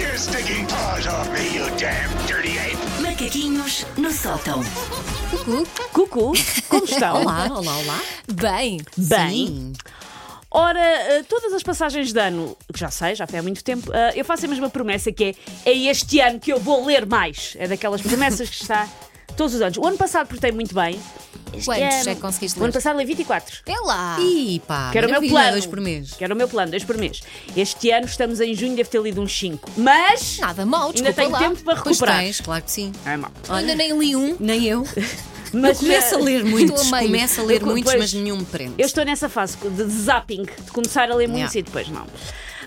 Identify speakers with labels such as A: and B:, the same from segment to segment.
A: your stinking paws off me, you damn dirty ape!
B: Macaquinhos no sótão.
C: Cucu, como estão?
D: Olá, olá, olá.
C: Bem, bem.
D: Sim.
C: Ora, eh, todas as passagens de ano, que já sei, já foi há muito tempo, eh, eu faço a mesma promessa que é: é este ano que eu vou ler mais. É daquelas promessas que está todos os anos. O ano passado portei muito bem. Este
D: Quantos
B: é
C: ano-
D: já conseguiste
C: O ano
D: ler?
C: passado li 24.
D: É lá. Ih, pá.
C: Que era o meu
D: maravilha,
C: plano.
D: dois por mês.
C: Que era o meu plano, dois por mês. Este ano estamos em junho, deve ter lido uns 5. Mas.
D: Nada mal,
C: Ainda
D: desculpa
C: tenho
D: lá.
C: tempo para recuperar.
D: Pois tens, claro que sim.
C: Não é mau.
D: Eu Ainda nem li um, nem eu.
C: Mas,
D: Começo a
C: eh,
D: ler muitos,
B: meio.
D: começo a ler
C: Eu-
D: muitos,
C: pois.
D: mas nenhum me prende.
C: Eu estou nessa fase de zapping, de começar a ler muito
D: Yeah.
C: e depois não.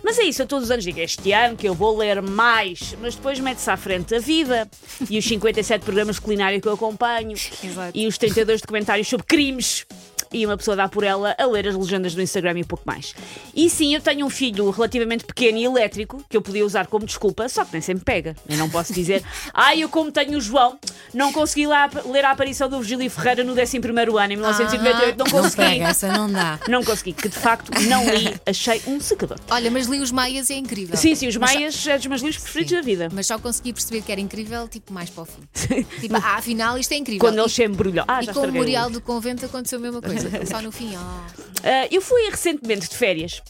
C: Mas é isso, eu todos os anos digo este ano que eu vou ler mais, mas depois mete-se à frente a vida e os 57 programas de culinária que eu acompanho
D: Exato.
C: e os 32 documentários sobre crimes. E uma pessoa dá por ela a ler as legendas do Instagram e um pouco mais. E sim, eu tenho um filho relativamente pequeno e elétrico que eu podia usar como desculpa, só que nem sempre pega. Eu não posso dizer, ai, eu como tenho o João, não consegui lá ler a aparição do Virgílio Ferreira no 11 ano, em 1998, não
D: Ah. Não
C: consegui.
D: pega, essa não dá.
C: Não consegui, que de facto não li, achei um secador.
B: Olha, mas li os Maias e é incrível.
C: Sim, sim, os Maias é dos meus livros preferidos da vida.
B: Mas só consegui perceber que era incrível, tipo, mais para o fim. Tipo, ah, afinal isto é incrível.
C: Quando
B: E-
C: eles se embrulham. Ah,
B: e
C: já
B: com o
C: estraguei o
B: Memorial
C: livro.
B: do Convento aconteceu a mesma coisa. Só no fim, ó.
C: Ah, eu fui recentemente de férias.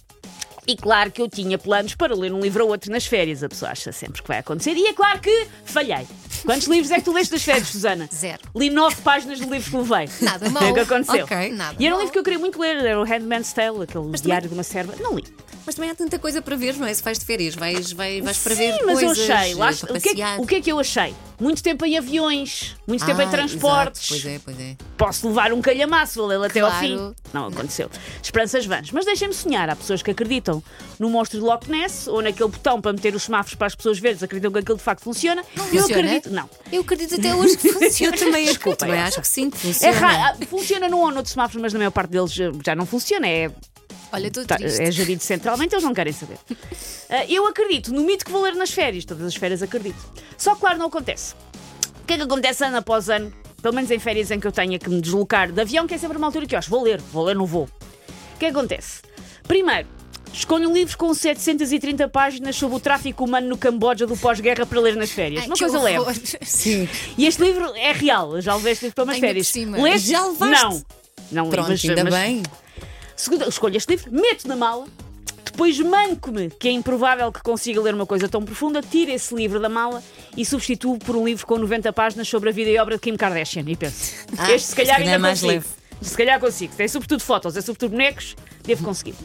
C: E claro que eu tinha planos para ler um livro ou outro nas férias. A pessoa acha sempre que vai acontecer. E é claro que falhei. Quantos livros é que tu leste das férias, Susana?
B: Zero.
C: Li nove páginas do livro que levei.
B: Nada mal.
C: Foi o que aconteceu.
D: Ok.
B: Nada
C: E era um
B: mal.
C: livro que eu queria muito ler. Era o Handman's Tale, aquele diário de uma serva. Não li.
D: Mas também há tanta coisa para ver, não é? Se vais de férias, vais, vais, vais para ver
C: Sim, mas
D: coisas.
C: eu achei. Lá,
D: para
C: o, que é,
D: passear.
C: que- o que é que eu achei? Muito tempo em aviões, muito tempo em
D: Ah,
C: transportes.
D: exato, Pois é, pois é.
C: Posso levar um calhamaço, vou lê-lo até ao
B: Claro.
C: fim. Não aconteceu. Esperanças vãs. Mas deixem-me sonhar. Há pessoas que acreditam no monstro de Loch Ness ou naquele botão para meter os semáforos para as pessoas verdes, acreditam que aquilo de facto funciona. eu
B: funciona?
C: acredito. Não.
B: Eu acredito até hoje que
D: Eu
B: funciona.
D: também,
C: Desculpa,
D: também
C: é.
D: acho que sim, que
C: É
D: funciona.
C: ra- ah, Funciona num ou noutro semáforo, mas na maior parte deles eh, já não funciona. É,
B: Olha, estou
C: tá-
B: triste.
C: é gerido centralmente, eles não querem saber. Ah, eu acredito no mito que vou ler nas férias. Todas as férias acredito. Só que, claro, não acontece. O que é que acontece ano após ano? Pelo menos em férias em que eu tenha que me deslocar de avião, que é sempre uma altura que eu acho, vou ler, vou ler, não vou. O que é que acontece? Primeiro, escolho um livro com 730 páginas sobre o tráfico humano no Camboja do pós-guerra para ler nas férias.
B: Ai,
C: uma
B: que
C: coisa leve.
B: horror.
D: Sim.
C: E este livro é real, eu já levei este livro para umas
B: Ainda
C: férias.
B: por cima.
C: Leste?
D: Já levaste?
C: Não. Não li,
D: Pronto,
C: mas,
D: ainda
C: mas-
D: bem.
C: Segunda, escolho este livro, meto na mala, depois manco-me, que é improvável que consiga ler uma coisa tão profunda, tiro esse livro da mala e substituo por um livro com 90 páginas sobre a vida e obra de Kim Kardashian. E penso,
D: Ah,
C: este se calhar
D: se calhar
C: ainda
D: é mais
C: consigo.
D: leve.
C: Se calhar consigo. Tem sobretudo fotos, é sobretudo bonecos, devo conseguir.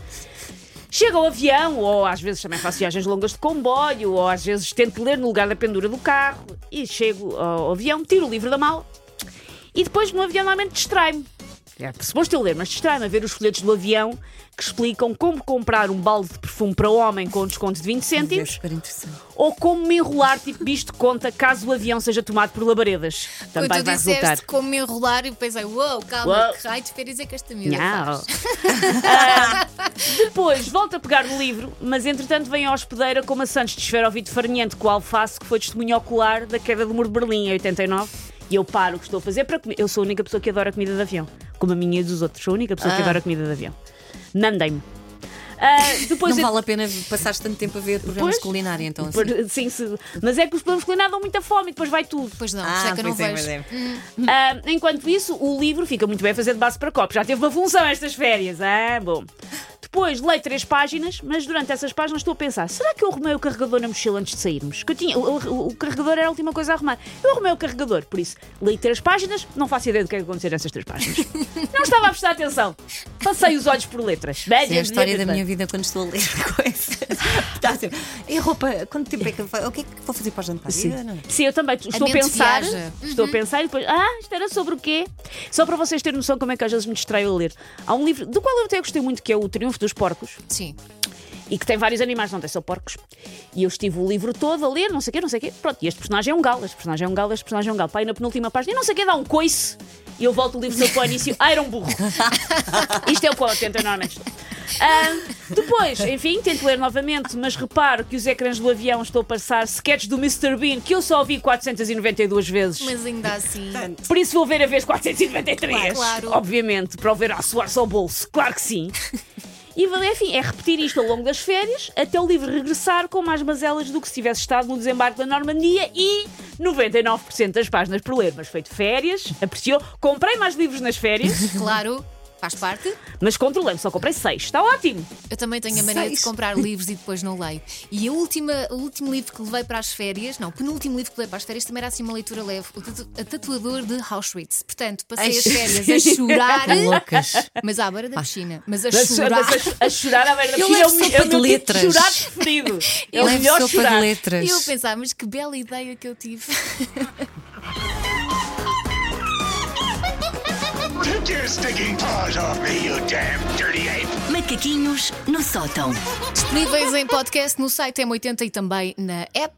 C: Chego ao avião, ou às vezes também faço viagens longas de comboio, ou às vezes tento ler no lugar da pendura do carro, e chego ao avião, tiro o livro da mala, e depois no avião normalmente distrai-me. É suposto eu ler, mas distrai-me a ver os folhetos do avião que explicam como comprar um balde de perfume para homem com desconto de 20
D: É
C: cêntimos
D: super interessante.
C: ou como me enrolar tipo bicho de conta caso o avião seja tomado por labaredas.
B: Quando
C: Também
B: tu
C: vai
B: disseste
C: resultar.
B: como me enrolar, eu pensei, uou, calma,
C: Uou.
B: que raio de férias é que esta miúda
C: Não.
B: faz?
C: Ah, depois volto a pegar no livro, mas entretanto vem a hospedeira com maçãs de esferovite farinhante com alface, que foi testemunho ocular da queda do muro de Berlim em 89. E eu paro o que estou a fazer para comer. Eu sou a única pessoa que adora comida de avião, como a minha e dos outros. Sou a única pessoa que
D: Ah.
C: adora comida de avião. Mandem-me. Ah, depois
D: não
C: eu-
D: vale a pena passares tanto tempo a ver programas
C: Pois.
D: de culinária, então. Assim.
C: Por- sim, se- mas é que os planos culinários dão muita fome e depois vai tudo.
B: Pois não,
D: Ah,
B: já que eu não
D: pois é,
B: vejo.
D: pois é.
C: Ah, enquanto isso, o livro fica muito bem a fazer de base para copo. Já teve uma função estas férias. Ah, bom. Depois leio três páginas, mas durante essas páginas estou a pensar: será que eu arrumei o carregador na mochila antes de sairmos? Que eu tinha, o, o- o carregador era a última coisa a arrumar. Eu arrumei o carregador, por isso leio três páginas, não faço ideia do que é que aconteceu nessas três páginas. não estava a prestar atenção. Passei os olhos por letras.
D: Essa é a história da minha vida quando estou a ler coisas. Está a ser, e a roupa, quanto tempo é que eu fa- O que é que vou fazer para o jantar? Eu não- é?
C: Sim, eu também estou a
B: mente
C: pensar.
B: viaja.
C: Estou a pensar e depois. Ah, isto era sobre o quê? Só para vocês terem noção como é que às vezes me distraio a ler. Há um livro do qual eu até gostei muito, que é O Triunfo dos Porcos,
B: Sim.
C: e que tem vários animais, não tem só porcos. E eu estive o livro todo a ler, não sei o quê, não sei o quê. Pronto, e este personagem é um galo, este personagem é um galo, este personagem é um galo. Pai, na penúltima página, e não sei o quê, dá um coice. E eu volto o livro todo para o início. Ah, era um burro. Isto é o que eu tento normalmente. Ah, depois, enfim, tento ler novamente, mas reparo que os ecrãs do avião estão a passar sketches do Mr. Bean que eu só ouvi 492 vezes.
B: Mas ainda assim.
C: Por isso vou ver a vez 493.
B: Claro, claro.
C: Obviamente, para o ver a suar-se ao bolso. Claro que sim. E, enfim, é repetir isto ao longo das férias até o livro regressar com mais mazelas do que se tivesse estado no desembarque da Normandia e 99% das páginas por ler. Mas foi de férias, apreciou. Comprei mais livros nas férias,
B: Claro, faz parte.
C: mas controlei-me, só comprei seis. Está ótimo!
B: Eu também tenho a mania de
D: Seis.
B: comprar livros e depois não leio. E a última, o último livro que levei para as férias, não, o penúltimo livro que levei para as férias também era assim uma leitura leve: O tatu- A Tatuador de Auschwitz. Portanto, passei
D: Ai,
B: as férias
D: é
B: a chorar,
D: Loucas.
B: mas à beira da piscina. Mas a
C: Mas
B: chorar.
C: mas a, a chorar à beira da
D: Eu
C: piscina é o
D: levo
C: meu-
D: sopa
C: é o
D: de
C: meu tipo de
D: letras.
C: chorar preferido. É o
D: Leve
C: melhor
D: sopa
C: chorar.
D: de letras.
B: E eu pensava, mas que bela ideia que eu tive.
A: Take your stinking paws off me, you damn dirty ape!
E: Macaquinhos no sótão.
B: Disponíveis em podcast no site M80 e também na app.